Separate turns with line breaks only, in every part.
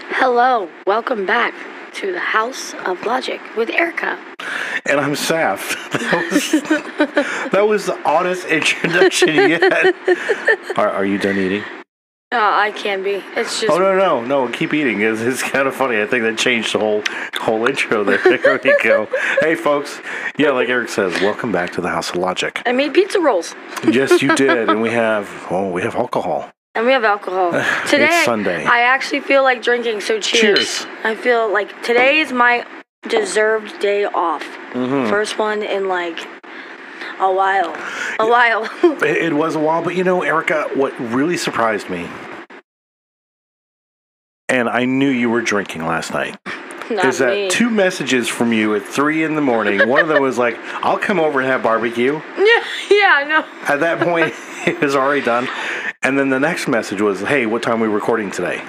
Hello, welcome back to the House of Logic with Erica.
And I'm Saf. That was, that was the oddest introduction yet. Are, are you done eating?
Oh, I can be. It's just
Oh no no no! Keep eating. It's, it's kind of funny. I think that changed the whole whole intro there. There we go. Hey folks, yeah, like Eric says, welcome back to the House of Logic.
I made pizza rolls
Yes, you did, and we have oh, we have alcohol.
and we have alcohol. Today I-
Sunday.
I actually feel like drinking, so cheers.
Cheers.
I feel like today is my deserved day off.
Mm-hmm.
First one in like a while. A while.
It, it was a while, but you know, Erica, what really surprised me, and I knew you were drinking last night.
Not
is that
me.
two messages from you at three in the morning? One of them was like, "I'll come over and have barbecue."
yeah, yeah, no.
At that point, it was already done. And then the next message was, "Hey, what time are we recording today?"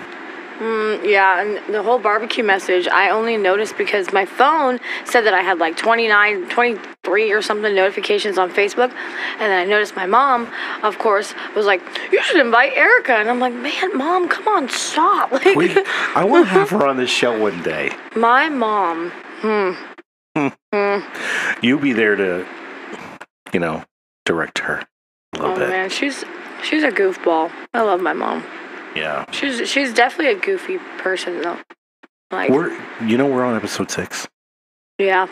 Yeah, and the whole barbecue message, I only noticed because my phone said that I had like 29, 23 or something notifications on Facebook. And then I noticed my mom, of course, was like, You should invite Erica. And I'm like, Man, mom, come on, stop. Like,
We, I want to have her on this show one day.
my mom,
You'll be there to, you know, direct her a little
oh
bit.
man, she's she's a goofball. I love my mom.
Yeah,
She's she's definitely a goofy person though. Like,
we're you know we're on episode six.
yeah.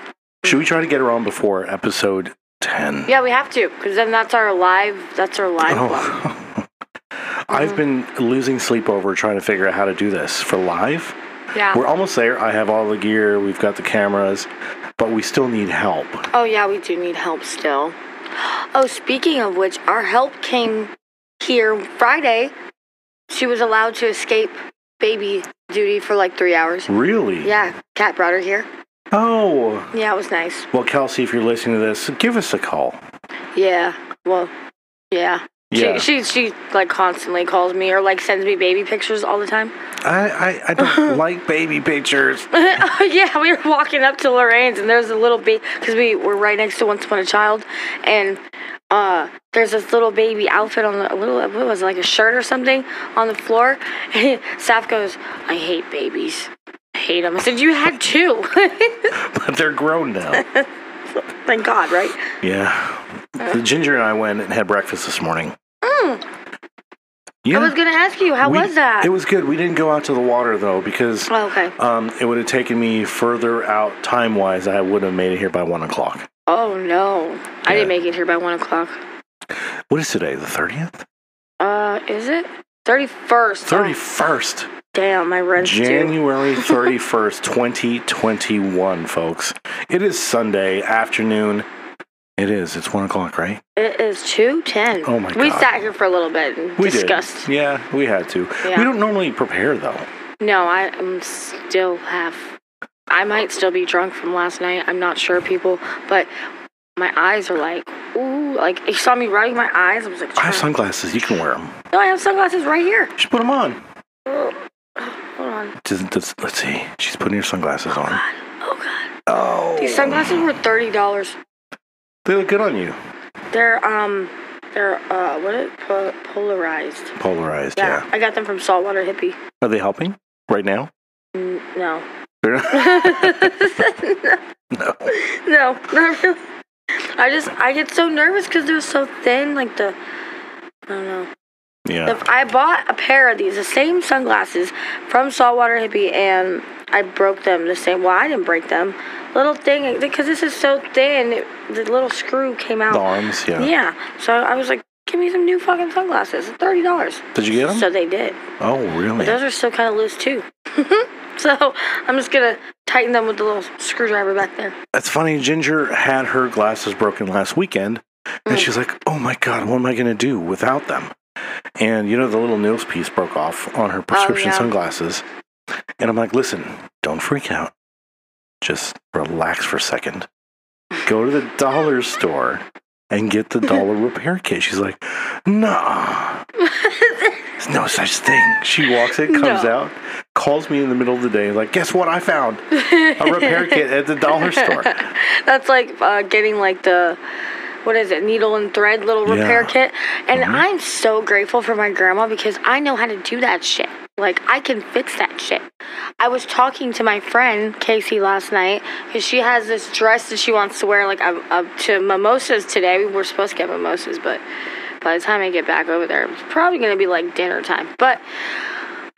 Should we try to get her on before episode ten?
Yeah, we have to, because then that's our live, that's our live. one.
Oh. I've been losing sleep over trying to figure out how to do this for live.
Yeah.
We're almost there. I have all the gear. We've got the cameras, but we still need help.
Oh, yeah, we do need help still. Oh, speaking of which, our help came here Friday. She was allowed to escape baby duty for like three hours.
Really?
Yeah, Kat brought her here.
Oh.
Yeah, it was nice.
Well, Kelsey, if you're listening to this, give us a call.
Yeah, well, yeah.
Yeah.
She, she she like constantly calls me or like sends me baby pictures all the time.
I, I, I don't like baby pictures.
oh yeah, we were walking up to Lorraine's and there's a little baby because we were right next to Once Upon a Child, and uh, there's this little baby outfit on the a little what was it, like a shirt or something on the floor. And Saf goes, "I hate babies. I hate them." I said, "You had two.
But they're grown now.
Thank God, right?"
yeah. Ginger and I went and had breakfast this morning. Yeah.
I Mm. was gonna ask you, how
We-
was that?
It was good. We didn't go out to the water though because
Oh, okay.
um, it would have taken me further out time wise. I would have made it here by one o'clock.
Oh no, I
Yeah.
didn't make it here by one o'clock.
What is today? The thirtieth,
Uh, is it thirty first?
thirty first,
damn, my rent's due.
January thirty first, twenty twenty one, folks. It is Sunday afternoon. It is. It's one o'clock, right?
It is two ten.
Oh, my
We
God.
sat here for a little bit and
We
discussed.
did. Yeah, we had to.
Yeah.
We don't normally prepare though.
No, I am still have. I might still be drunk from last night. I'm not sure, people, but my eyes are like, ooh, like you saw me rubbing my eyes. I was like,
I have
"Try-"
sunglasses. You can wear them.
no, I have sunglasses right here.
Just put them on.
Oh, hold on.
Just, just- let's see. She's putting her sunglasses on.
God. Oh God.
Oh,
These sunglasses were thirty dollars.
they look good on you.
They're um, they're uh, what it po- polarized.
Polarized.
Yeah,
yeah.
I got them from Saltwater Hippie.
Are they helping right now?
N- No.
They're not.
no.
No.
No, not really. I just I get so nervous because they're so thin. Like the I don't know.
Yeah.
If I bought a pair of these, the same sunglasses from Saltwater Hippie, and I broke them the same. Well, I didn't break them. Little thing because this is so thin, it, the little screw came
The
out.
arms. Yeah.
Yeah. So I was like, give me some new fucking sunglasses. Thirty dollars.
Did you get them?
So they did.
oh, really?
Those are still kind of loose too. so I'm just gonna tighten them with the little screwdriver back there.
That's funny. Ginger had her glasses broken last weekend,
Mm.
and she's like, "Oh my god, what am I going to do without them?" And you know, the little nose piece broke off on her prescription
Oh, yeah.
sunglasses, and I'm like, "Listen, don't freak out. Just relax for a second. Go to the dollar store." And get the dollar repair kit. She's like, nah, there's no such thing. She walks in, comes
No.
out, calls me in the middle of the day, like, guess what? I found a repair kit at the dollar store.
That's like uh, getting like the what is it needle and thread little repair
Yeah.
kit, and I'm so grateful for my grandma because I know how to do that shit. Like, I can fix that shit. I was talking to my friend Casey last night because she has this dress that she wants to wear, like, up, up to mimosas today. We were supposed to get mimosas, but by the time I get back over there, it's probably gonna be like dinner time. But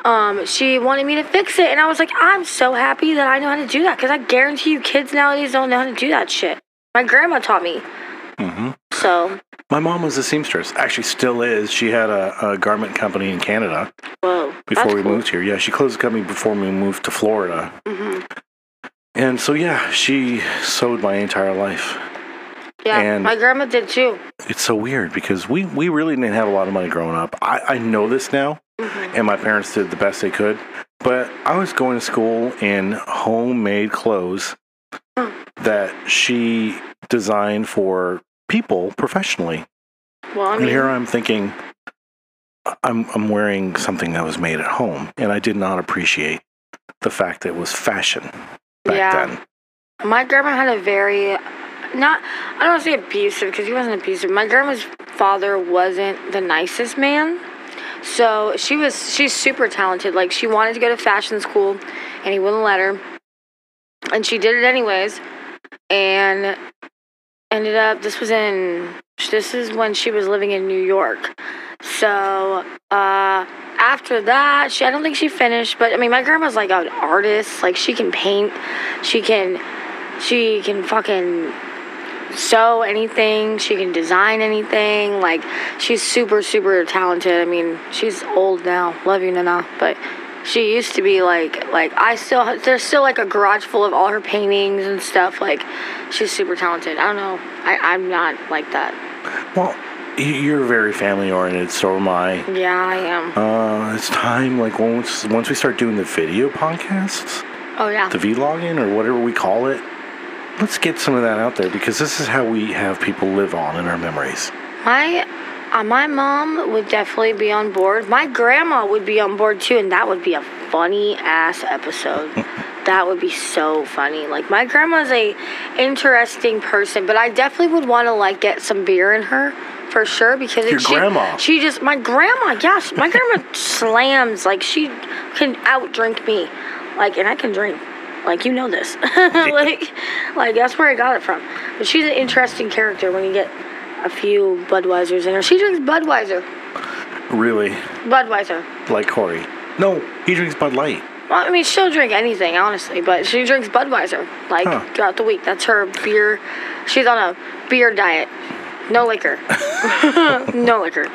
um, she wanted me to fix it, and I was like, I'm so happy that I know how to do that because I guarantee you, kids nowadays don't know how to do that shit. My grandma taught me,
hmm
so
My mom was a seamstress. Actually, still is. She had a, a garment company in Canada
whoa.
before we moved here. Yeah, she closed the company before we moved to Florida.
hmm
And so, yeah, she sewed my entire life.
Yeah,
And-
my grandma did too.
It's so weird because we, we really didn't have a lot of money growing up. I, I know this now,
Mhm.
and my parents did the best they could. But I was going to school in homemade clothes
Hmm.
that she designed for people professionally.
Well, I mean,
and here I'm thinking, I'm I'm wearing something that was made at home, and I did not appreciate the fact that it was fashion back
Yeah.
then.
My grandma had a very, not, I don't want to say abusive because he wasn't abusive. My grandma's father wasn't the nicest man. So she was, she's super talented. Like she wanted to go to fashion school and he wouldn't let her. And she did it anyways. And ended up, this was in, this is when she was living in New York. So, uh, after that, she I don't think she finished, but I mean, my grandma's like an artist. Like she can paint, she can, she can fucking sew anything. She can design anything. Like she's super, super talented. I mean, she's old now. Love you, Nana, but. She used to be like like I still there's still like a garage full of all her paintings and stuff like she's super talented. I don't know. I I'm not like that.
Well, y- you're very family oriented, so am I.
Yeah, I am.
Uh, it's time, like once once we start doing the video podcasts,
Oh yeah.
the vlogging or whatever we call it, let's get some of that out there because this is how we have people live on in our memories.
My uh, my mom would definitely be on board. My grandma would be on board too, and that would be a funny ass episode. that would be so funny. Like my grandma's a interesting person, but I definitely would want to like get some beer in her for sure because
Your
it, she,
grandma.
she just my grandma. Yes, my grandma slams like she can outdrink me, like and I can drink. Like you know this, like, like that's where I got it from. But she's an interesting character when you get a few Budweisers in her. She drinks Budweiser,
Really,
Budweiser.
like Corey. No, he drinks Bud Light.
Well, I mean, she'll drink anything, honestly, but she drinks Budweiser like
Huh.
throughout the week. That's her beer. She's on a beer diet. No liquor. no liquor.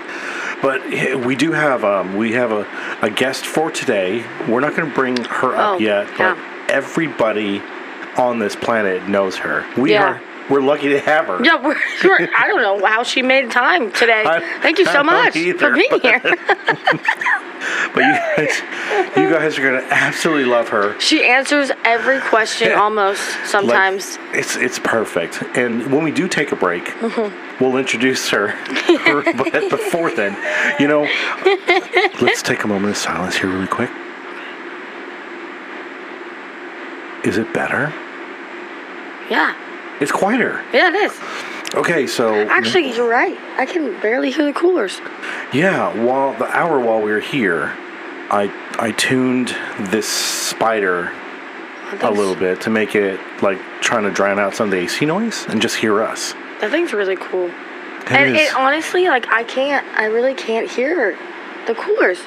But eh, we do have um, we have a, a guest for today. We're not going to bring her up
Oh,
yet,
yeah.
but everybody on this planet knows her. We
Yeah.
are we're lucky to have her.
Yeah, we're, we're- I don't know how she made time today.
I-
Thank you
I
so
don't
much
either,
for being here.
But you guys, you guys are going to absolutely love her.
she answers every question almost
Like,
sometimes.
it's it's perfect. And when we do take a break,
Mm-hmm.
we'll introduce her. her but before then, you know, let's take a moment of silence here, really quick. Is it better?
yeah.
It's quieter.
Yeah, it is.
Okay, so
Actually, you're right. I can barely hear the coolers.
yeah, while the hour while we were here, I I tuned this spider a little bit to make it like trying to drown out some of the AC noise and just hear us.
That thing's really cool. and
is.
it honestly, like, I can't, I really can't hear the coolers.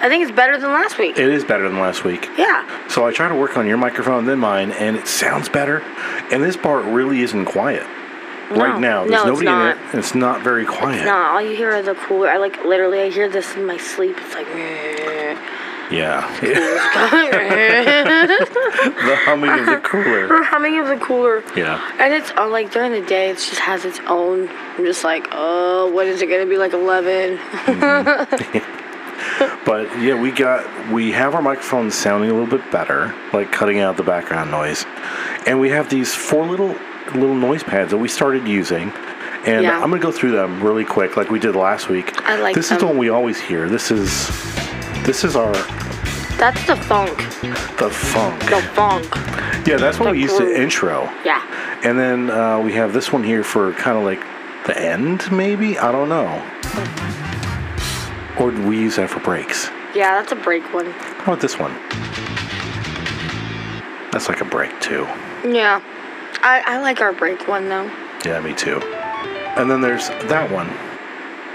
I think it's better than last week.
It is better than last week.
yeah.
So I try to work on your microphone than mine, and it sounds better. And this part really isn't quiet right now. There's
no, it's
nobody
not.
in it. and It's not very quiet.
Nah, all you hear are the cooler. I like literally, I hear this in my sleep. It's like,
Yeah,
the
the humming of the cooler.
humming of the cooler.
Yeah.
And it's on like during the day, it just has its own. I'm just like, oh, what is it gonna be like 11?
But yeah, we got we have our microphones sounding a little bit better, like cutting out the background noise, and we have these four little little noise pads that we started using. And
Yeah.
I'm gonna go through them really quick, like we did last week.
I like
this is the
them.
one we always hear. This is this is our
That's the funk.
the funk.
The funk.
Yeah, that's what we used
groove.
to intro.
Yeah.
And then uh, we have this one here for kind of like the end, maybe? I don't know. Or do we use that for breaks?
Yeah, that's a break one.
How about this one? That's like a break too.
Yeah. I, I like our break one though.
Yeah, me too. And then there's that one.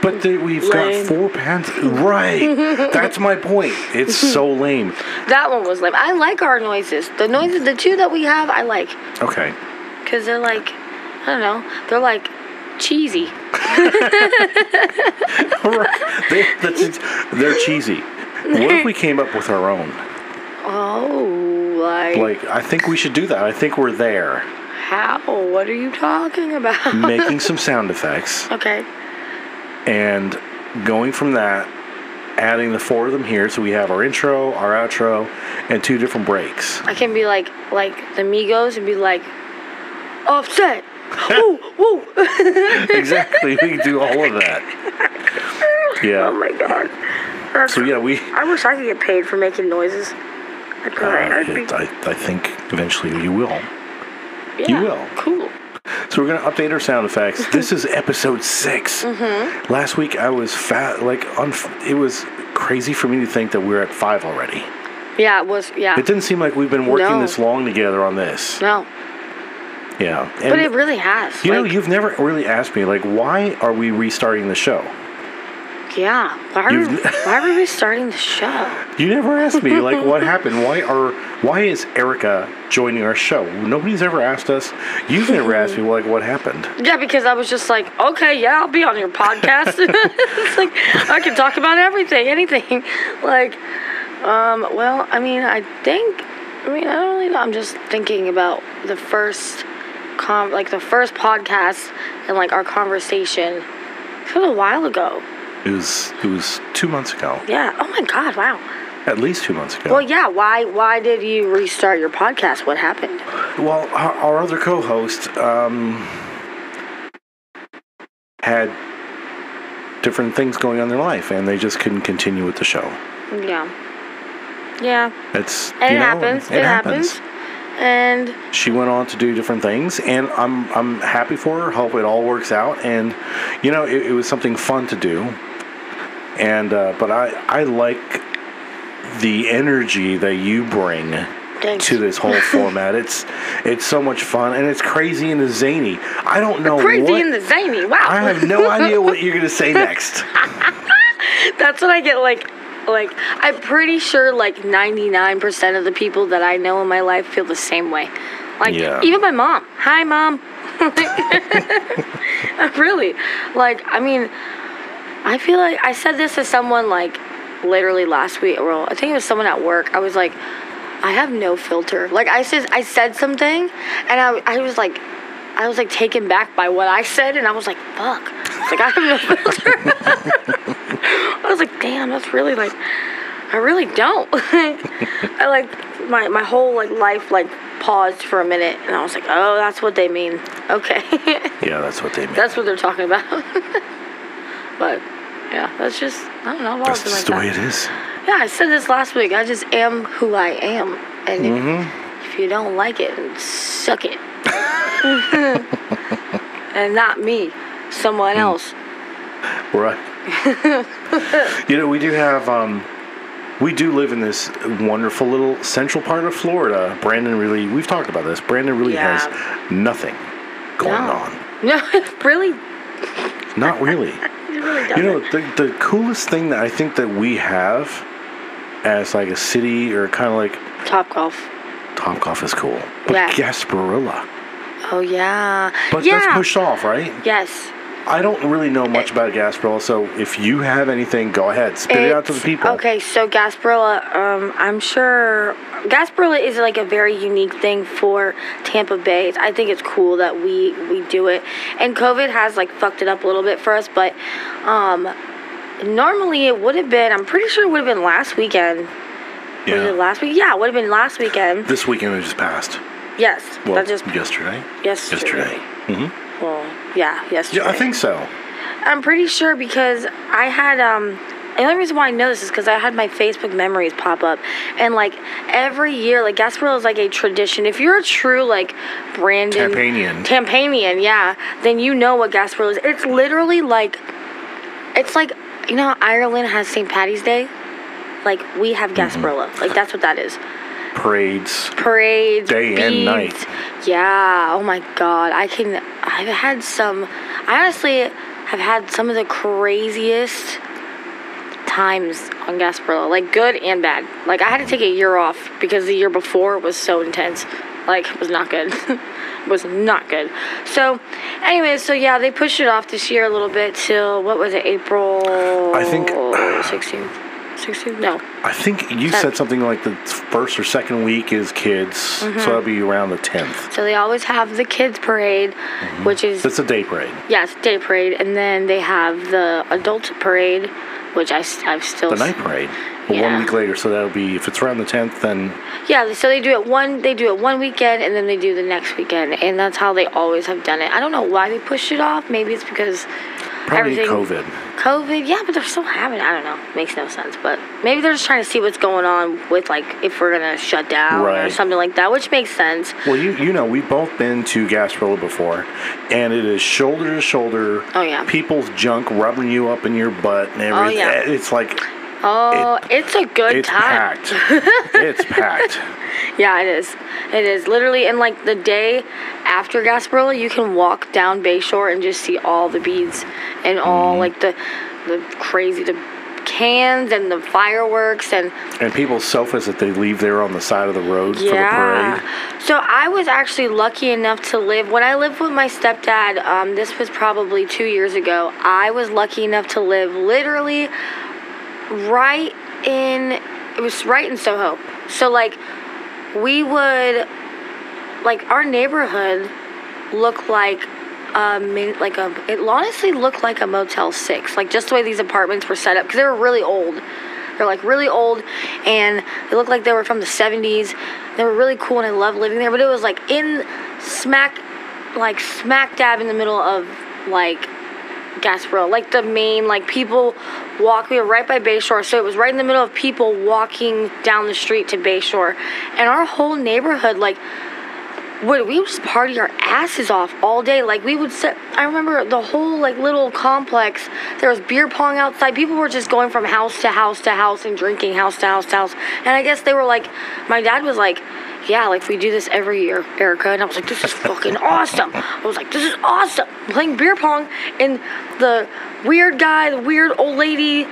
But they, we've
Lame.
got four pants. Right. That's my point. It's so lame.
That one was lame. I like our noises. The noises, the two that we have, I like.
Okay.
Because they're like, I don't know, they're like cheesy.
Right. they, that's, they're cheesy. What if we came up with our own?
Oh, like,
Like, I think we should do that. I think we're there.
how? What are you talking about?
Making some sound effects
okay.
and going from that, adding the four of them here. So we have our intro, our outro, and two different breaks.
I can be like, like the Migos and be like, offset. woo, woo.
exactly. We can do all of that.
Oh
Yeah.
my god. That's,
So, yeah, we.
I wish I could get paid for making noises. I could.
Uh,
I'd be,
it- I, I think eventually you will.
yeah,
will.
Cool.
So we're gonna update our sound effects. this is episode 6
Mm-hmm.
Last week I was fat, like on. It was crazy for me to think that we're at five already.
Yeah, it was. Yeah.
It didn't seem like we've been working
No.
this long together on this.
no,
Yeah, and
but it really has.
you know,
like,
you've never really asked me like, why are we restarting the show?
yeah. Why are,
you've-
we, why are we starting the show?
You never asked me like what happened. Why are why is Erica joining our show? Nobody's ever asked us. You've never asked me like what happened.
Yeah, because I was just like, okay, yeah, I'll be on your podcast. it's like I can talk about everything, anything. Like, um, well, I mean, I think, I mean, I don't really know. I'm just thinking about the first, com- like the first podcast and like our conversation. It was a while ago.
It was it was two months ago,
Yeah. Oh my God. Wow.
at least two months ago.
Well, yeah. Why? Why did you restart your podcast? What happened?
Well, our, our other co-host um, had different things going on in their life, and they just couldn't continue with the show.
Yeah. Yeah.
It's
And
you
it
know,
happens. It, happens. And
She went on to do different things, and I'm I'm happy for her. Hope it all works out, and you know it, it was something fun to do. And uh, but I I like the energy that you bring
thanks.
to this whole format. It's it's so much fun and it's crazy and it's zany. I don't know
crazy
what
in the zany. Wow.
I have no idea what you're gonna say next.
That's what I get like like I'm pretty sure like 99% of the people that I know in my life feel the same way. Like
Yeah.
even my mom. Hi mom. really. Like I mean I feel like I said this to someone like literally last week or I think it was someone at work. I was like I have no filter. Like I said I said something and I I was like I was like taken back by what I said and I was like fuck. It's like I have no filter. I was like, damn, that's really like, I really don't. I like my my whole like life like paused for a minute, and I was like, oh, that's what they mean. Okay,
Yeah, that's what they mean.
that's what they're talking about. but yeah, that's just I don't know. I've always
That's
been
just
like
the
that.
way it is.
Yeah, I said this last week. I just am who I am, and if-
Mm-hmm.
if you don't like it, then suck it, and not me,
Hmm.
someone else.
Right. you know, we do have um we do live in this wonderful little central part of Florida. Brandon really we've talked about this. Brandon really
Yeah.
has nothing going on.
No, really,
Not really.
it really doesn't.
You know, the, the coolest thing that I think that we have as like a city or kind of like
Top golf.
Topkov is cool, but
Yeah.
Gasparilla.
Oh yeah.
But
yeah. Eh.
that's pushed off, right?
Yes.
I don't really know much about Gasparilla, so if you have anything, go ahead, spit it out to the
It's-
people.
Okay, so Gasparilla, um, I'm sure Gasparilla is like a very unique thing for Tampa Bay. I think it's cool that we we do it, and COVID has like fucked it up a little bit for us, but um, normally it would have been. I'm pretty sure it would have been last weekend. Was it
Yeah.
last week? Yeah, it would have been last weekend.
This weekend that just passed.
yes,
Well,
that just
yesterday.
yesterday.
Yesterday. hmm
Well, yeah, yesterday.
Yeah, I think so.
I'm pretty sure because I had um the only reason why I know this is because I had my Facebook memories pop up, and like every year, like Gasparilla is like a tradition. If you're a true like Brandon
Tampanian.
Tampanian, yeah, then you know what Gasparilla is. It's literally like, it's like you know how Ireland has St. Patty's Day. Like we have Gasparilla. Like that's what that is.
Parades.
Parades,
Day and night.
beads. Yeah. Oh my God. I can. I've had some. I honestly have had some of the craziest times on Gasparilla, like good and bad. Like I had to take a year off because the year before was so intense. Like it was not good. It was not good. So, anyway, so yeah, they pushed it off this year a little bit till what was it, April?
I think-
sixteenth, sixteenth. No,
I think you said something like the first or second week is kids,
Mm-hmm.
so that'll be around the 10th.
So they always have the kids parade,
Mm-hmm.
which is
That's a day parade.
yes, day parade, and then they have the adult parade, which I have still
The
s-
night parade. But
Yeah.
one week later, so that'll be, if it's around the 10th, then
yeah. So they do it one they do it one weekend, and then they do the next weekend, and that's how they always have done it. I don't know why they pushed it off. Maybe it's because
probably
everything
COVID.
COVID, yeah, but they're still having. it. I don't know. Makes no sense, but maybe they're just trying to see what's going on with like if we're gonna shut down or
Right.
something like that, which makes sense.
Well, you you know we've both been to Gasparilla before, and it is shoulder to shoulder.
Oh, yeah.
People's junk rubbing you up in your butt and everything.
yeah.
It's like
Oh, it's a good
it's
time.
packed. it's packed.
Yeah, it is. It is literally, and like the day after Gasparilla, you can walk down Bayshore and just see all the beads and all like the the crazy the cans and the fireworks and
And people's sofas that they leave there on the side of the road for the parade.
yeah. So I was actually lucky enough to live when I lived with my stepdad. Um, this was probably two years ago. I was lucky enough to live literally right in it was right in Soho. So like we would like our neighborhood looked like a min- like a it honestly looked like a Motel Six, like just the way these apartments were set up because they were really old. They're like really old, and they looked like they were from the '70s. They were really cool, and I loved living there. But it was like in smack, like smack dab in the middle of like Gasparilla, like the main, like people walk. We were right by Bayshore, so it was right in the middle of people walking down the street to Bayshore, and our whole neighborhood, like, would we would just party our asses off all day. Like we would sit. I remember the whole like little complex. There was beer pong outside. People were just going from house to house to house and drinking house to house to house. And I guess they were like, my dad was like. Yeah, like we do this every year, Erica, and I was like, "This is fucking awesome!" I was like, "This is awesome!" Playing beer pong, and the weird guy, the weird old lady,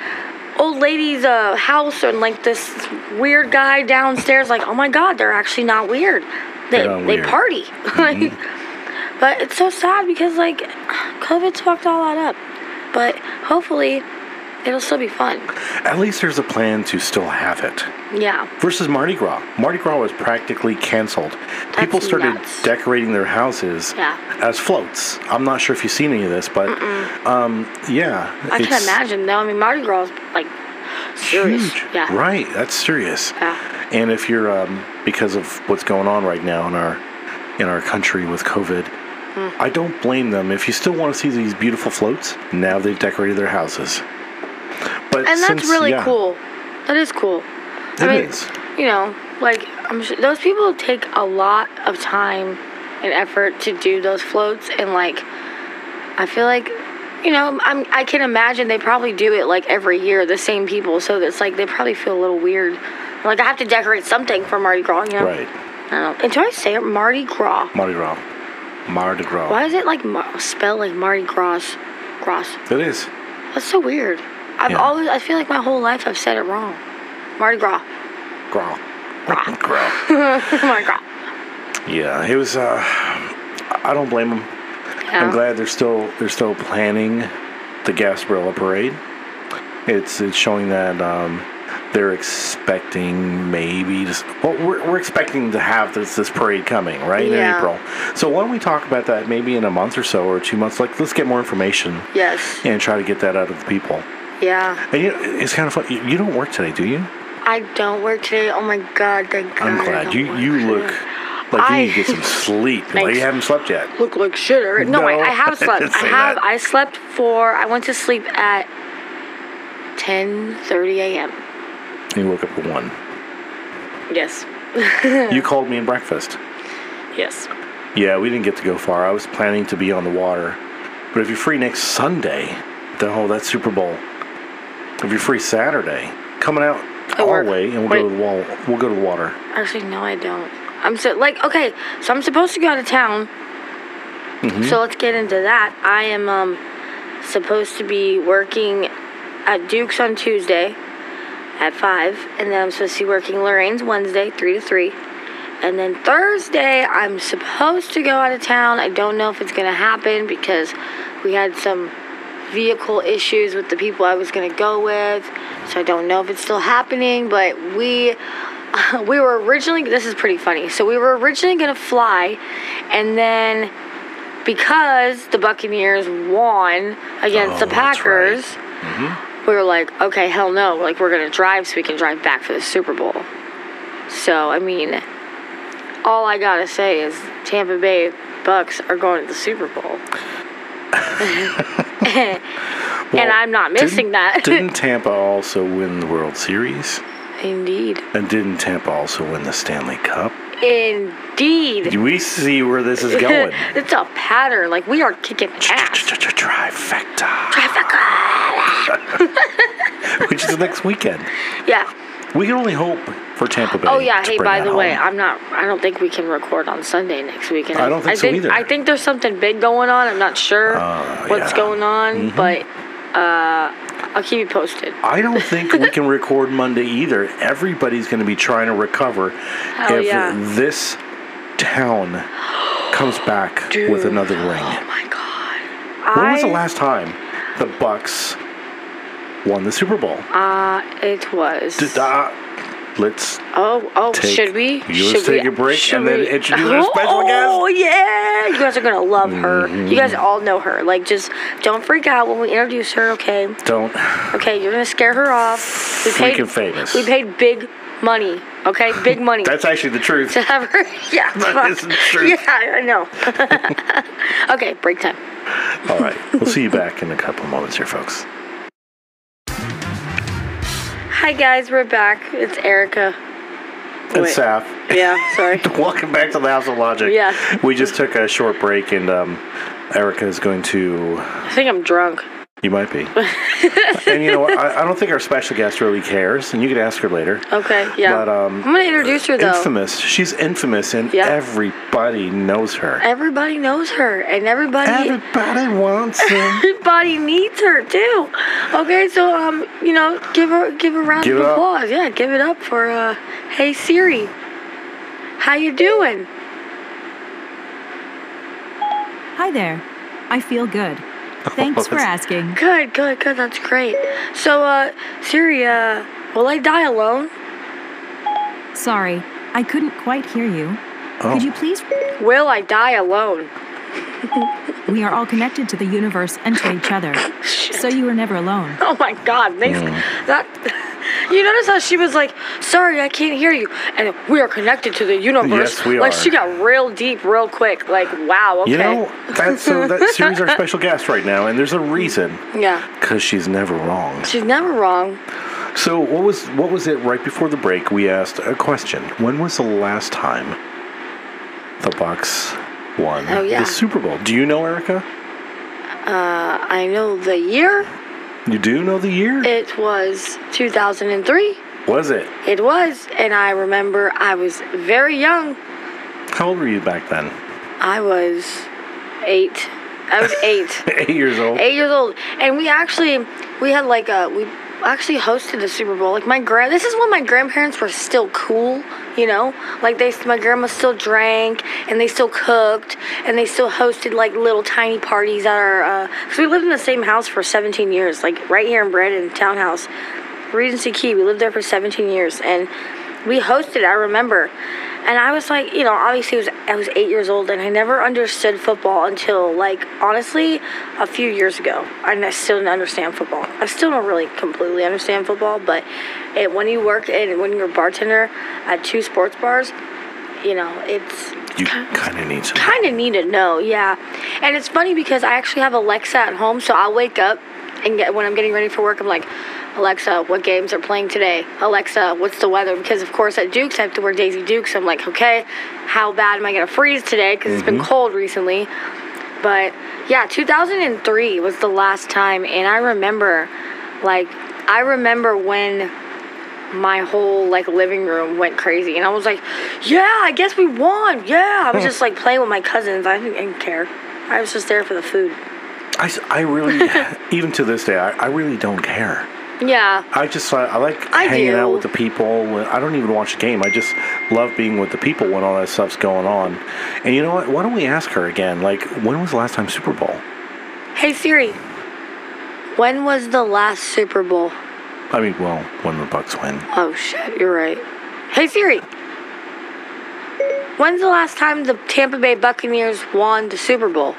old lady's uh, house, and like this weird guy downstairs. Like, oh my god, they're actually not weird. They
They're not
they
weird.
party party. Like,
Mm-hmm.
But it's so sad because like COVID fucked all that up. But hopefully it'll still be fun.
At least there's a plan to still have it.
Yeah.
Versus Mardi Gras. Mardi Gras was practically canceled. People
That's
started
nuts.
decorating their houses
Yeah.
as floats. I'm not sure if you've seen any of this, but um, yeah.
I can
it's-
imagine though. I mean Mardi Gras is, like serious.
Huge.
Yeah.
Right. That's serious.
Yeah.
And if you're um, because of what's going on right now in our in our country with COVID,
Hmm.
I don't blame them. If you still want to see these beautiful floats, now they've decorated their houses. But
And that's
since-
really
yeah,
cool. That is cool.
It
I mean,
is.
you know, like I'm sure those people take a lot of time and effort to do those floats, and like I feel like, you know, I'm I can imagine they probably do it like every year, the same people. So it's like they probably feel a little weird. Like I have to decorate something for Mardi Gras, you know.
Right.
I don't know. And do I say it Mardi Gras?
Mardi Gras. Mardi Gras.
Why is it like Mar- spelled like Mardi Gras? Gras.
It is.
That's so weird. I've
Yeah.
always I feel like my whole life I've said it wrong. Mardi Gras.
Gras.
Gras.
Gras.
Mardi Gras.
Yeah, it was. Uh, I don't blame them.
Yeah.
I'm glad they're still they're still planning the Gasparilla parade. It's it's showing that um, they're expecting maybe just well we're, we're expecting to have this this parade coming right
Yeah.
in April. So why don't we talk about that maybe in a month or so or two months? Like let's get more information
Yes.
and try to get that out of the people.
Yeah.
And you, it's kind of fun. You, you don't work today, do you?
I don't work today. Oh my god, Oh thank God.
I'm
I
glad
don't
you
work
you look
today.
like you
I-
need to get some sleep. like
Thanks.
you haven't slept yet.
look like shit. already. No,
No,
I, I have slept.
didn't
I
say
have.
that.
I slept for. I went to sleep at 10:30 a.m.
You woke up at one.
Yes.
You called me in breakfast.
Yes.
Yeah, we didn't get to go far. I was planning to be on the water. But if you're free next Sunday, then oh, that's Super Bowl. If you're free Saturday, coming out,
to work.
hallway and we'll go to the wall. We'll go to the water.
Actually, no, I don't. I'm so like okay. So I'm supposed to go out of town. So let's get into that. I am um supposed to be working at Duke's on Tuesday at five, and then I'm supposed to be working Lorraine's Wednesday, three to three. And then Thursday, I'm supposed to go out of town. I don't know if it's gonna happen because we had some vehicle issues with the people I was gonna go with, so I don't know if it's still happening. But we we were originally this is pretty funny. So we were originally gonna fly, and then because the Buccaneers won against
Oh,
the
that's right. Mm-hmm.
Packers, we were like, okay, hell no, like we're gonna drive so we can drive back for the Super Bowl. So I mean, all I gotta say is Tampa Bay Bucks are going to the Super Bowl. and
Well,
I'm not missing
didn't,
that.
didn't Tampa also win the World Series?
Indeed.
And didn't Tampa also win the Stanley Cup?
Indeed.
Do we see where this is going?
it's a pattern. Like we are kicking ass.
Trifecta, which is next weekend.
Yeah.
We can only hope for Tampa Bay.
Oh yeah.
to
Hey,
bring
by
that
the way,
home.
I'm not. I don't think we can record on Sunday next week. and
I don't think so either.
I think there's something big going on. I'm not sure
Uh,
what's
yeah. Mm-hmm.
going on, but uh, I'll keep you posted.
I don't think we can record Monday either. Everybody's going to be trying to recover if
yeah.
this town comes back with another
Oh
ring.
my god.
When was the
I-
last time the Bucks won the Super Bowl?
Uh, it was.
D- uh, let's
Oh, oh,
take-
should we?
let's
should
take a break
should
and then
we-
introduce our special
Oh, yeah. You guys are going to love her. You guys
Mm-hmm.
all know her. Like, just don't freak out when we introduce her, okay?
don't
Okay, you're going to scare her off. We paid,
freaking famous.
we paid big money, okay? Big money.
That's actually the truth.
to have her. Yeah.
That
fuck.
isn't true.
Yeah, I know. okay, break time.
All right. We'll see you back in a couple moments here, folks.
Hi, guys. We're back. It's Erica.
And
Wait.
Saf,
Yeah, sorry.
welcome back to the House of Logic.
Yeah.
We just took a short break, and um, Erica is going to
I think I'm drunk.
You might be. and you know, what? I, I don't think our special guest really cares, and you could ask her later.
Okay, yeah.
But, um,
I'm going to introduce her, though.
Infamous. She's infamous, and
Yeah.
everybody knows her.
Everybody knows her, and everybody
Everybody wants her.
everybody needs her too. Okay, so um, you know, give her give a round
Give
of
it up.
applause. Yeah, give it up for uh, Hey Siri, how you doing?
Hi there. I feel good.
Oh,
Thanks for asking.
Good, good, good. That's great. So uh, Siri, uh, will I die alone?
Sorry, I couldn't quite hear you.
Oh.
Could you please?
Will I die alone?
We are all connected to the universe and to each other. So you are never alone.
Oh my God, thanks.
Hmm.
That you notice how she was like, "Sorry, I can't hear you," and we are connected to the universe.
Yes, we
like
are.
she got real deep, real quick. Like wow, okay.
You know, that's so that Siri's our special guest right now, and there's a reason.
yeah,
Cause she's never wrong.
she's never wrong.
So what was what was it right before the break? We asked a question. When was the last time the Bucks won
Oh, yeah.
the Super Bowl? Do you know, Erica?
I know the year.
You do know the year?
It was 2003.
was it?
It was, and I remember I was very young.
How old were you back then?
I was eight. I was eight.
Eight years old.
eight years old. And we actually, we had like a, we actually hosted the Super Bowl. Like my grand, this is when my grandparents were still cool, you know? Like they, my grandma still drank, and they still cooked, and they still hosted like little tiny parties at our, because we lived in the same house for 17 years, like right here in Brandon, townhouse. Regency Key. We lived there for 17 years, and we hosted. I remember, and I was like, you know, obviously, it was, I was eight years old, and I never understood football until, like, honestly, a few years ago. And I still didn't understand football. I still don't really completely understand football, but it, when you work and when you're a bartender at two sports bars, you know, it's
You kind of need some.
kind of need to know, yeah. And it's funny because I actually have Alexa at home, so I'll wake up and get when I'm getting ready for work, I'm like, Alexa, what games are playing today? Alexa, what's the weather? Because of course at Duke's I have to wear Daisy Dukes. I'm like, okay, how bad am I gonna freeze today? Because it's been cold recently. But yeah, 2003 was the last time, and I remember, like, I remember when my whole like living room went crazy, and I was like, "Yeah, I guess we won. Yeah." I was just like playing with my cousins. I didn't, didn't care. I was just there for the food.
I, s- I really, even to this day, I, I really don't care.
Yeah,
I just I, I like
I
hanging out
do.
with the people. I don't even watch the game. I just love being with the people when all that stuff's going on. And you know what? Why don't we ask her again? Like, when was the last time Super Bowl?
Hey Siri, when was the last Super Bowl?
I mean, well, when the Bucks win.
Oh shit, you're right. Hey Siri, when's the last time the Tampa Bay Buccaneers won the Super Bowl?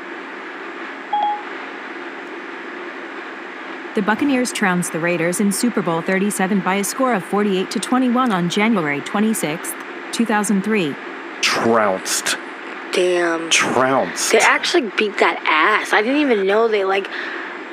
The Buccaneers trounced the Raiders in Super Bowl 37 by a score of 48 to 21 on January 26, 2003.
Trounced,
Damn.
trounced.
They actually beat that ass. I didn't even know they like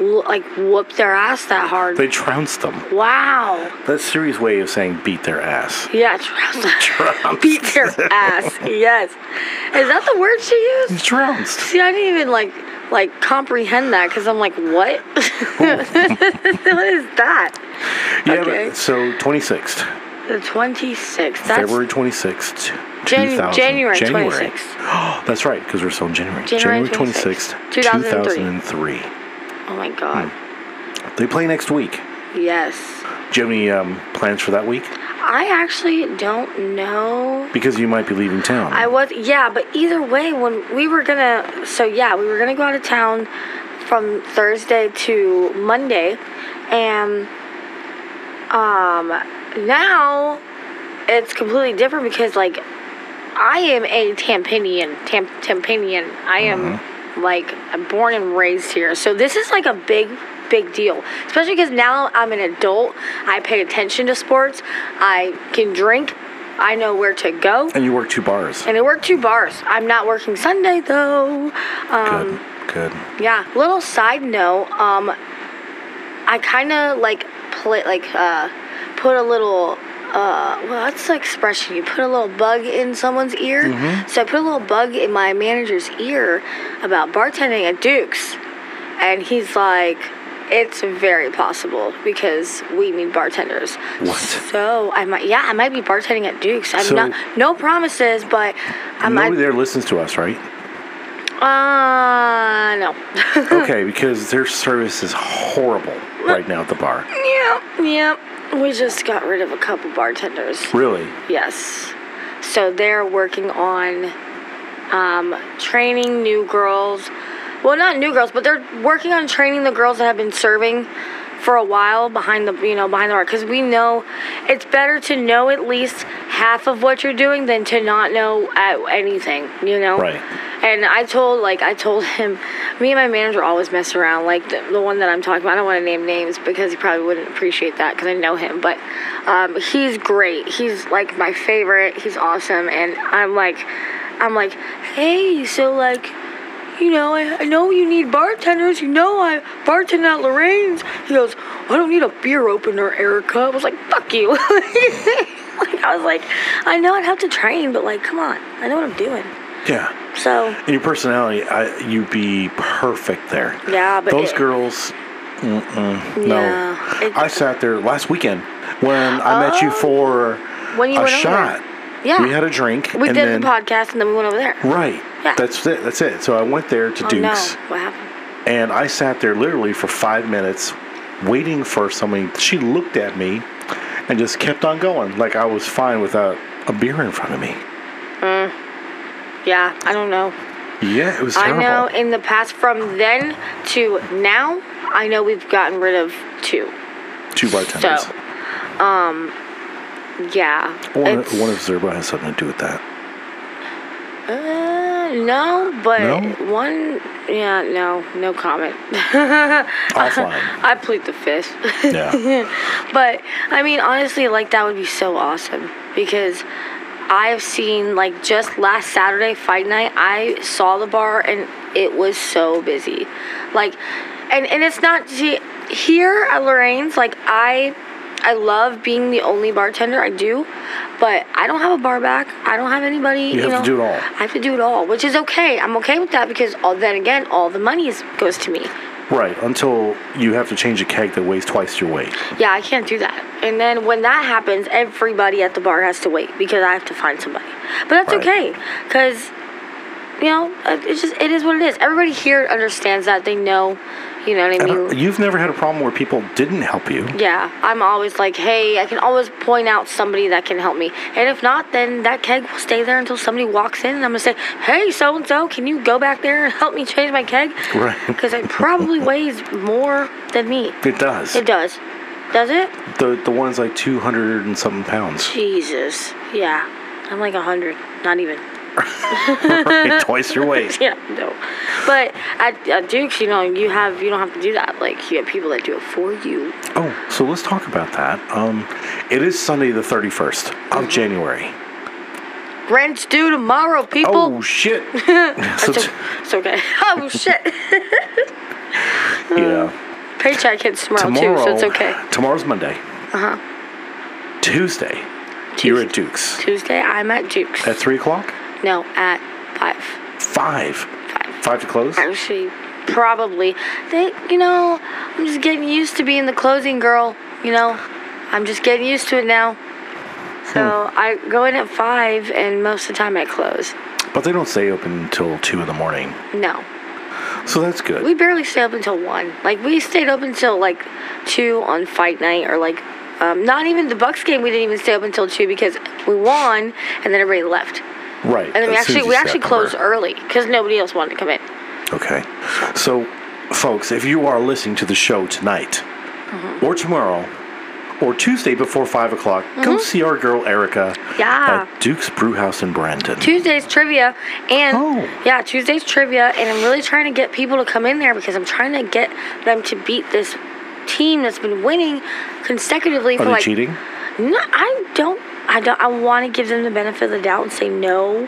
l- like whooped their ass that hard.
They trounced them.
wow.
That's Siri's way of saying beat their ass.
Yeah, trounced.
Trounced.
beat their ass. Yes. Is that the word she used?
Trounced.
See, I didn't even like like comprehend that because I'm like, what? what is that?
Yeah,
Okay.
but, so 26th,
The 26th. That's
February 26th,
Janu-
2000.
January 26th.
That's right, because we're still in January.
January
26th,
2003.
2003.
Oh my god.
They play next week.
Yes.
Do you have any um, plans for that week?
I actually don't know.
Because you might be leaving town.
I was, yeah, but either way, when we were gonna, so yeah, we were gonna go out of town from Thursday to Monday, and um, now it's completely different because like I am a Tampinian, Tam- Tampinian. I am like I'm born and raised here, so this is like a big. Big deal, especially because now I'm an adult. I pay attention to sports. I can drink. I know where to go.
and you work two bars.
And I work two bars. I'm not working Sunday though. Um,
good, good.
yeah. Little side note. Um, I kind of like play like uh, put a little. Uh, well, that's the expression. You put a little bug in someone's ear.
Mm-hmm.
So I put a little bug in my manager's ear about bartending at Duke's, and he's like, "It's very possible because we need bartenders."
What?
So I might, yeah, I might be bartending at Duke's. I'm
So-
not, no promises, but I'm.
Nobody there listens to us, right?
I, uh, no.
okay, because their service is horrible right now at the bar.
Yep, yep. We just got rid of a couple bartenders.
Really?
Yes. So they're working on um, training new girls. Well, not new girls, but they're working on training the girls that have been serving for a while behind the you know behind the bar because we know it's better to know at least half of what you're doing than to not know at anything you know
Right.
and i told like i told him me and my manager always mess around like the, the one that i'm talking about i don't want to name names because he probably wouldn't appreciate that because i know him but um, he's great he's like my favorite he's awesome and i'm like i'm like hey so like you know, I, I know you need bartenders. You know, I bartend at Lorraine's. He goes, I don't need a beer opener, Erica. I was like, fuck you. like, I was like, I know I'd have to train, but like, come on. I know what I'm doing.
Yeah.
So,
And your personality, I, you'd be perfect there.
yeah, but.
Those
it-
girls, mm-mm,
Yeah,
no.
it-
I sat there last weekend when I met you
Oh.
for
When you
a
went over
shot.
Yeah.
We had a drink.
We
and
did
then,
the podcast and then we went over there.
Right.
Yeah.
That's it. That's it. So I went there to
Oh, no.
Duke's.
What happened?
And I sat there literally for five minutes waiting for somebody. She looked at me and just kept on going like I was fine without a beer in front of me.
Yeah, I don't know.
Yeah, it was
I
terrible.
know in the past, from then to now, I know we've gotten rid of two.
Two bartenders.
So, um, Yeah.
one,
it's-
one of Zerba has something to do with that.
Uh, no, but
No?
one, yeah, no, no comment.
Offline.
I plead the fifth.
Yeah.
but I mean, honestly, like that would be so awesome because I've seen like just last Saturday fight night, I saw the bar and it was so busy, like, and and it's not see, here at Lorraine's. Like I, I love being the only bartender. I do, but I don't have a bar back. I don't have anybody. You,
have to
know,
do it all.
I have to do it all, which is okay. I'm okay with that because all, then again, all the money is- goes to me.
Right, until you have to change a keg that weighs twice your weight.
Yeah, I can't do that. And then when that happens, everybody at the bar has to wait because I have to find somebody. But that's
Right.
okay, because you know uh, it's just it is what it is. Everybody here understands that. They know, you know what I
And
mean.
uh, you've never had a problem where people didn't help you.
Yeah, I'm always like, hey, I can always point out somebody that can help me. And if not, then that keg will stay there until somebody walks in and I'm gonna say, hey, so and so, can you go back there and help me change my keg?
Right.
Because it probably weighs more than me.
It does.
It does. Does it?
The the one's like two hundred and something pounds,
Jesus. Yeah. I'm like a 100. Not even.
Right, twice your weight.
Yeah, no. But at, at Duke's, you know, you have you don't have to do that. Like you have people that do it for you.
Oh, so let's talk about that. Um, it is Sunday the thirty first
Mm-hmm.
of January.
Rent's due tomorrow, people.
Oh shit! so
It's
t-
o- it's okay. Oh shit.
yeah,
Paycheck hits tomorrow,
tomorrow.
too, mm, oh, so it's okay. Uh-huh.
Tomorrow's Monday. Uh huh. Tuesday, you're at Duke's
Tuesday, I'm at Duke's.
at three o'clock.
no, at five.
Five. Five to close.
Actually, probably. They, you know, I'm just getting used to being the closing girl. You know, I'm just getting used to it now. So I go in at five, and most of the time I close.
But they don't stay open until two in the morning,
No,
so that's good.
we barely stay up until one. Like we stayed up until like two on fight night, or like. Um, not even the Bucks game. We didn't even stay up until two because we won, and then everybody left.
right.
And then we
as soon
actually
as you
we
step
actually
over.
closed early because nobody else wanted to come in.
Okay. So, folks, if you are listening to the show tonight,
Mm-hmm.
or tomorrow, or Tuesday before 5 o'clock, go see our girl Erica
Mm-hmm. Yeah.
at Duke's Brewhouse in Brandon.
Tuesday's trivia and
Oh.
yeah, Tuesday's trivia and I'm really trying to get people to come in there because I'm trying to get them to beat this team that's been winning consecutively
are
for
they
like
cheating?
No, I don't I don't I want to give them the benefit of the doubt and say no,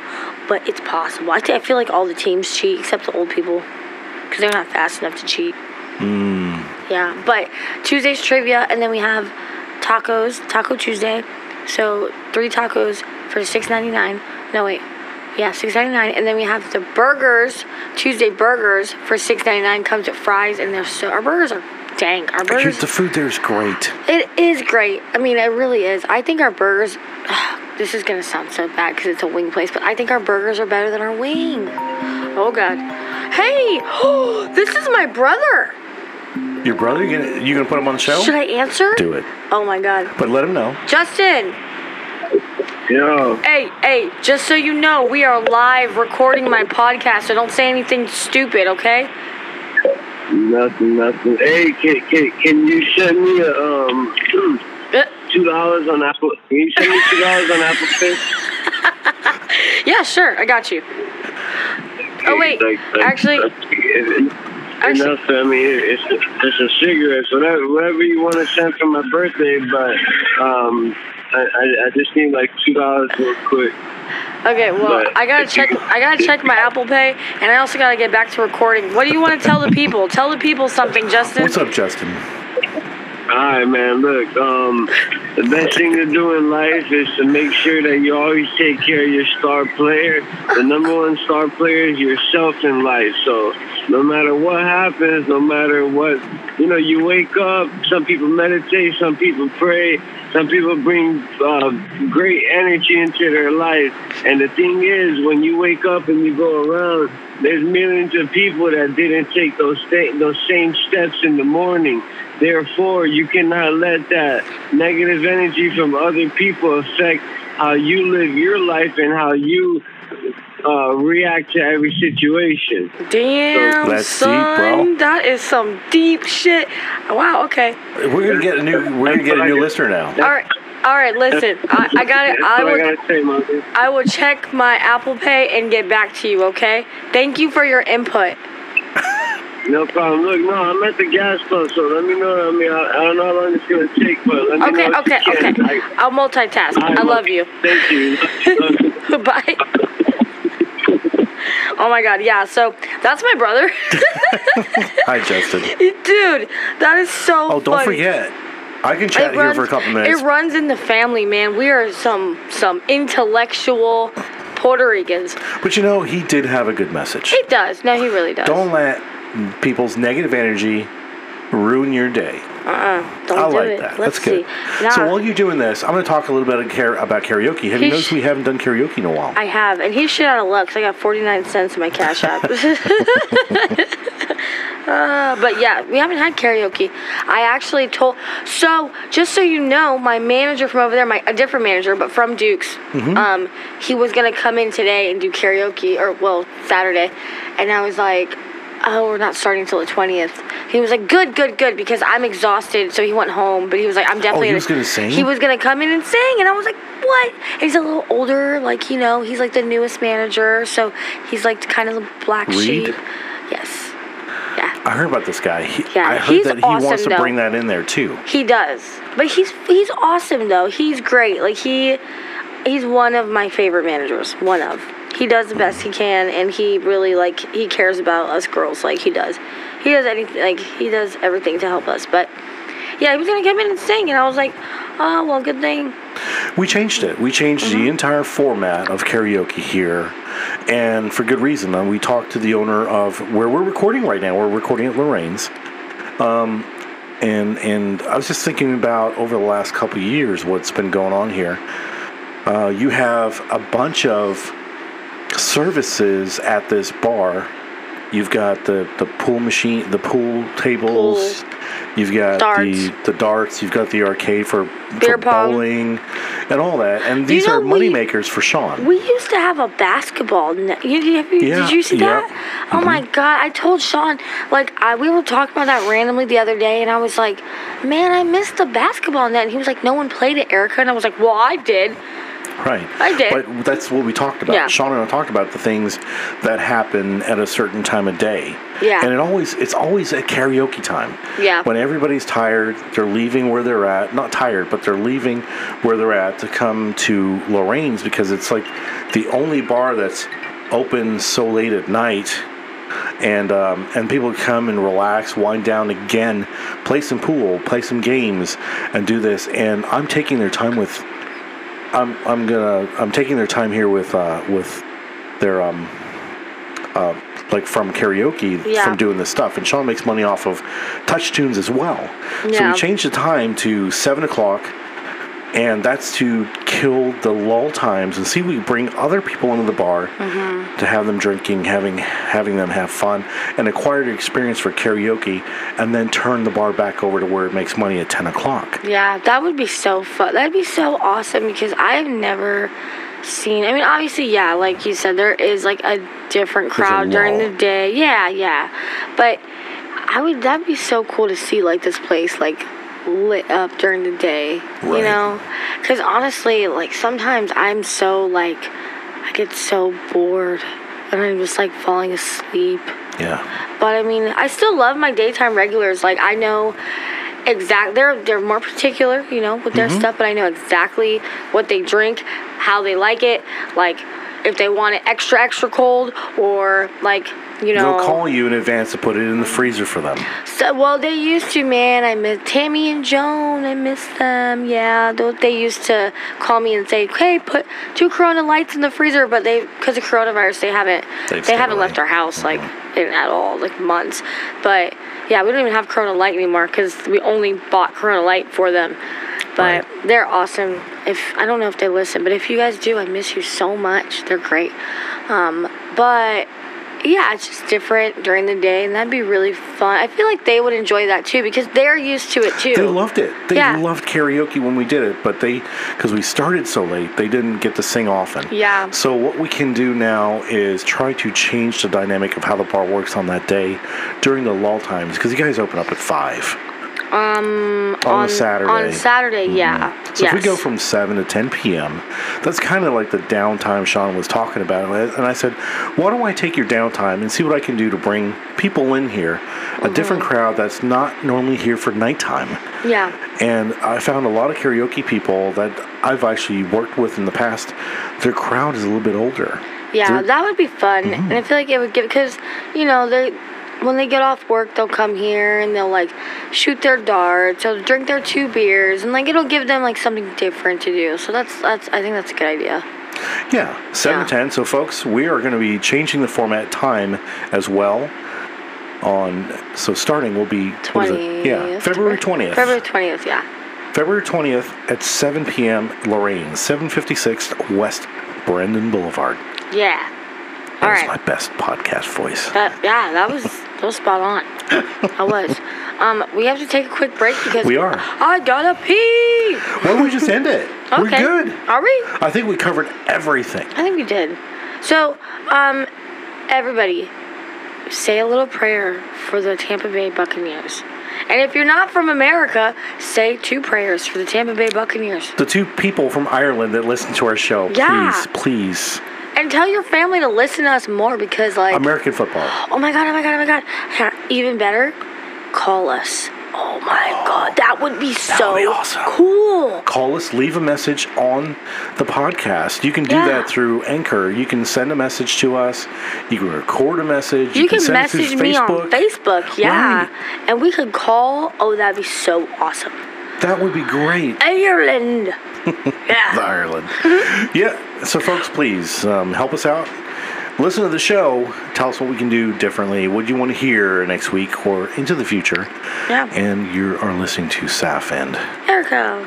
but it's possible. I, thi- I feel like all the teams cheat except the old people cuz they're not fast enough to cheat. Yeah, but Tuesday's trivia, and then we have tacos, Taco Tuesday. So three tacos for six ninety nine. No wait, yeah, six ninety nine. And then we have the burgers, Tuesday burgers for six ninety nine. Comes with fries, and they're so our burgers are dang. Our
Dude,
burgers,
the food there is great.
it is great. I mean, it really is. I think our burgers. This is gonna sound so bad because it's a wing place, but I think our burgers are better than our wing. Oh God. Hey, this is my brother.
Your brother, you gonna, you gonna put him on the show?
Should I answer?
Do it.
Oh my god.
But let him know.
Justin,
Yo,
hey, hey, just so you know, we are live recording my podcast, so don't say anything stupid, okay?
nothing, nothing. Hey, can can, can you send me a, um
Uh,
two dollars on Apple? Can you send me two dollars on Apple Pay?
yeah, sure, I got you. Oh, wait, actually-
Actually, uh, enough. I mean, it's it's a cigarette, so that, whatever you want to send for my birthday, but um, I, I, I just need like two dollars real quick.
Okay, well, I gotta check. I gotta check my Apple Pay, and I also gotta get back to recording. What do you want to tell the people? Tell the people something, Justin.
What's up, Justin?
All right, man. Look, um, the best thing to do in life is to make sure that you always take care of your star player. The number one star player is yourself in life. So no matter what happens, no matter what, you know, you wake up. Some people meditate. Some people pray. Some people bring uh, great energy into their life. And the thing is, when you wake up and you go around, there's millions of people that didn't take those sta- those same steps in the morning. Therefore, you cannot let that negative energy from other people affect how you live your life and how you uh, react to every situation.
Damn,
That's deep,
son,
bro.
that is some deep shit. Wow. Okay.
We're gonna get a new we're gonna get a new listener now.
All right. All right. Listen, I, I got it.
That's
I
what
will.
I gotta say, mother.
I will check my Apple Pay and get back to you. Okay. Thank you for your input.
No problem. Look, no, I'm at the gas pump, so let me know. I mean, I, I don't know how long it's gonna take, but let me
Okay,
know. if you
okay,
can.
okay.
I,
I'll multitask. I love you.
Thank you.
Bye. Oh my god, yeah. So that's my brother,
Hi, Justin.
dude. That is so.
Oh, don't
funny.
forget. I can chat
It
here for a couple minutes.
It runs in the family, man. We are some some intellectual Puerto Ricans.
But you know, he did have a good message.
He does. No, he really does.
Don't let people's negative energy ruin your day.
Don't
I
do
like
it.
that.
Let's
That's good.
see. Nah,
So while you're doing this, I'm going to talk a little bit of care- about karaoke. Have you
He
noticed
sh-
we haven't done karaoke in a while?
I have, and he's shit out of luck 'cause I got 49 cents in my cash app. uh, but yeah, we haven't had karaoke. I actually told. So, just so you know, my manager from over there, my a different manager, but from Duke's,
Mm-hmm.
um, he was gonna come in today and do karaoke, or well, Saturday, and I was like. Oh, we're not starting till the twentieth. He was like, "Good, good, good," because I'm exhausted. So he went home, but he was like, "I'm definitely."
Oh, he was gonna sing?
He was gonna come in and sing, and I was like, "What?" And he's a little older, like you know, he's like the newest manager, so he's like kind of the black
Reed?
sheep. Yes, yeah,
I heard about this guy. He,
Yeah,
I heard
he's
that he wants
awesome,
to bring
though.
that in there too.
he does. But he's he's awesome though. He's great. Like he he's one of my favorite managers. One of. He does the best he can, and he really like he cares about us girls. Like he does. He does anything. Like he does everything to help us. But yeah, he was gonna come in and sing, and I was like, "Oh well, good thing."
We changed it. We changed the entire format of karaoke here, and for good reason. Uh, we talked to the owner of where we're recording right now. We're recording at Lorraine's, um, and and I was just thinking about over the last couple of years what's been going on here. Uh, you have a bunch of services at this bar. You've got the, the pool machine, the pool tables. You've got the
Darts.
the darts. You've got the arcade for,
Beer
for
pong.
bowling and all that. And
You
these
know,
are money
we-
makers for Sean.
We used to have a basketball net. You, you- have you-
Yeah,
did you see
yeah. Mm-hmm.
that? Oh my god! I told Sean like I we were talking about that randomly the other day, and I was like, "Man, I missed the basketball net." And he was like, "No one played it, Erica," and I was like, "Well, I did."
right.
I did.
But that's what we talked about.
Yeah.
Sean and I talked about the things that happen at a certain time of day.
Yeah.
And it always it's always at karaoke time.
Yeah.
When everybody's tired, they're leaving where they're at. Not tired, but they're leaving where they're at to come to Lorraine's because it's like the only bar that's open so late at night. and um, and people come and relax, wind down again, play some pool, play some games, and do this. And I'm taking their time with, I'm I'm gonna I'm taking their time here with uh, with their um uh, like from karaoke
Yeah.
from doing this stuff. And Sean makes money off of touch tunes as well. So
Yeah.
we changed the time to seven o'clock. And that's to kill the lull times and see if we can bring other people into the bar
Mm-hmm.
to have them drinking, having having them have fun, and acquire the experience for karaoke, and then turn the bar back over to where it makes money at ten o'clock.
Yeah, that would be so fun. That'd be so awesome because I've never seen. I mean, obviously, yeah, like you said, there is like a different crowd during
lull.
the day. Yeah, yeah, but I would. That'd be so cool to see like this place like lit up during the day.
Right.
You know, because honestly, like sometimes I'm so like I get so bored and I'm just like falling asleep.
Yeah,
But I mean, I still love my daytime regulars. Like I know exact they're they're more particular, you know, with their stuff, but I know exactly what they drink, how they like it, like if they want it extra extra cold or like, you know,
they'll call you in advance to put it in the freezer for them.
so, well, they used to, man. I miss Tammy and Joan. I miss them. Yeah, tho- they used to call me and say, "Hey, put two Corona lights in the freezer," but they, because of coronavirus, they haven't,
They've
they
stayed
haven't left our
away.
house like in, at all, like months. But yeah, we don't even have Corona Light anymore because we only bought Corona Light for them. But they're awesome. If I don't know if they listen, but if you guys do, I miss you so much. They're great. Um, but yeah, it's just different during the day, and that'd be really fun. I feel like they would enjoy that too because they're used to it too.
They loved it. They
Yeah.
loved karaoke when we did it, but they because we started so late, they didn't get to sing often.
Yeah.
So what we can do now is try to change the dynamic of how the bar works on that day during the lull times because you guys open up at five.
um,
on a Saturday. Mm-hmm.
On Saturday, yeah.
So if we
Yes.
go from 7 to 10 p.m., that's kind of like the downtime Sean was talking about. And I- And I said, why don't I take your downtime and see what I can do to bring people in here, a
Mm-hmm.
different crowd that's not normally here for nighttime.
yeah,
And I found a lot of karaoke people that I've actually worked with in the past, their crowd is a little bit older.
yeah,
They're-
that would be fun,
Mm-hmm.
and I feel like it would give because you know they when they get off work they'll come here and they'll like shoot their darts, they'll drink their two beers, and like it'll give them like something different to do. So that's that's I think that's a good idea.
Yeah, 7
Yeah.
to 10. So, folks, we are going to be changing the format time as well. on. So starting will be what is it? Yeah,
20th,
February
right?
twentieth.
February 20th, yeah.
February 20th at 7 p.m. Lorraine, 756 West Brendan Boulevard.
Yeah.
That
All
was
right.
my best podcast voice.
That, yeah, that was that was spot on. I was. Um, we have to take a quick break because
We are.
I gotta pee.
Why don't we just end it? We're
Okay.
good.
Are we?
I think we covered everything.
I think we did. So, um, everybody, say a little prayer for the Tampa Bay Buccaneers. And if you're not from America, say two prayers for the Tampa Bay Buccaneers.
The two people from Ireland that listen to our show,
Yeah.
please, please,
And tell your family to listen to us more because, like,
American football.
oh my god, oh my god, oh my god. Even better, call us. Oh my god, that would be so
would be awesome.
cool.
Call us, leave a message on the podcast. You can do
Yeah.
that through Anchor. You can send a message to us. You can record a message.
You, can,
send it through
message me on Facebook, yeah. And we could call. Oh, that'd be so awesome.
That would be great.
Ireland. yeah.
Ireland. yeah. So, folks, please um, help us out. Listen to the show. Tell us what we can do differently. What you want to hear next week or into the future.
Yeah.
And you are listening to Saf and
Erica.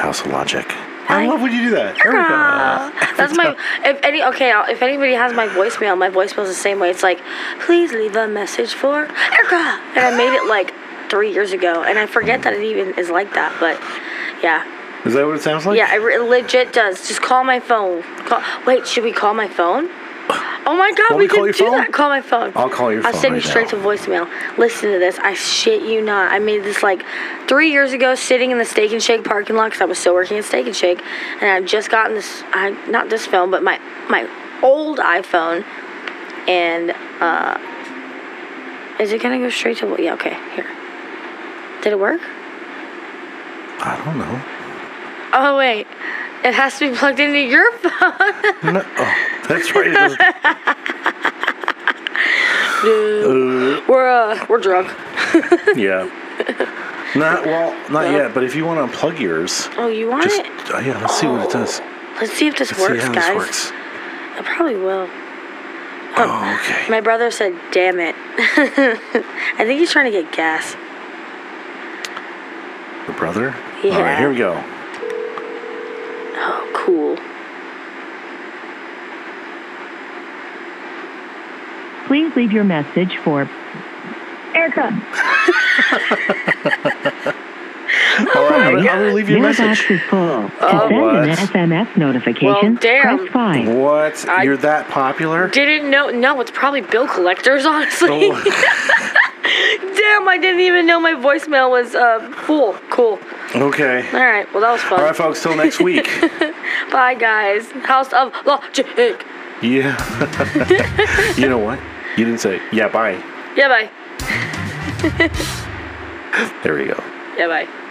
House of Logic. I
Hi.
love when you do that.
Erica. That's my. If any. Okay. I'll- If anybody has my voicemail, my voicemail's the same way. It's like, please leave a message for Erica. And I made it like three years ago, and I forget that it even is like that. But yeah,
Is that what it sounds like?
yeah, it re- legit does. Just call my phone. Call, wait, should we call my phone? Oh my God,
Want
we
me to
could
call
do
your phone?
that. Call my phone.
I'll call your
I'll
phone
send you
right
straight
now.
to voicemail. Listen to this. I shit you not. I made this like three years ago, sitting in the Steak and Shake parking lot because I was still working at Steak and Shake, and I just gotten this. I not this phone, but my my old iPhone, and uh, is it gonna go straight to? Yeah, okay. Here. Did it work?
I don't know.
Oh wait, it has to be plugged into your phone.
No. Oh, that's right. It doesn't-
We're uh, we're drunk.
yeah. Not well, not yet. But if you want to unplug yours,
Oh, you want
just
it?
uh, yeah. Let's see what it does.
Let's see if this
Let's
works,
see how
guys.
this works.
I probably will.
Oh, okay.
My brother said, "Damn it!" I think he's trying to get gas.
Your brother?
Yeah.
All right, here we go.
Oh, cool.
Please leave your message for
All right,
Sorry.
I will leave you a message.
Mailbox is full.
Oh,
to send
what?
an SMS
Well,
notification,
damn.
press 5.
What?
I-
You're that popular?
Didn't know. No, it's probably bill collectors, honestly.
Oh,
Damn, I didn't even know my voicemail was uh full. Cool.
okay.
All right. Well, that was fun.
All right, folks, till next week.
Bye, guys. House of Logic.
yeah. you know what? You didn't say, yeah, bye.
Yeah, bye.
There you go.
Yeah, bye.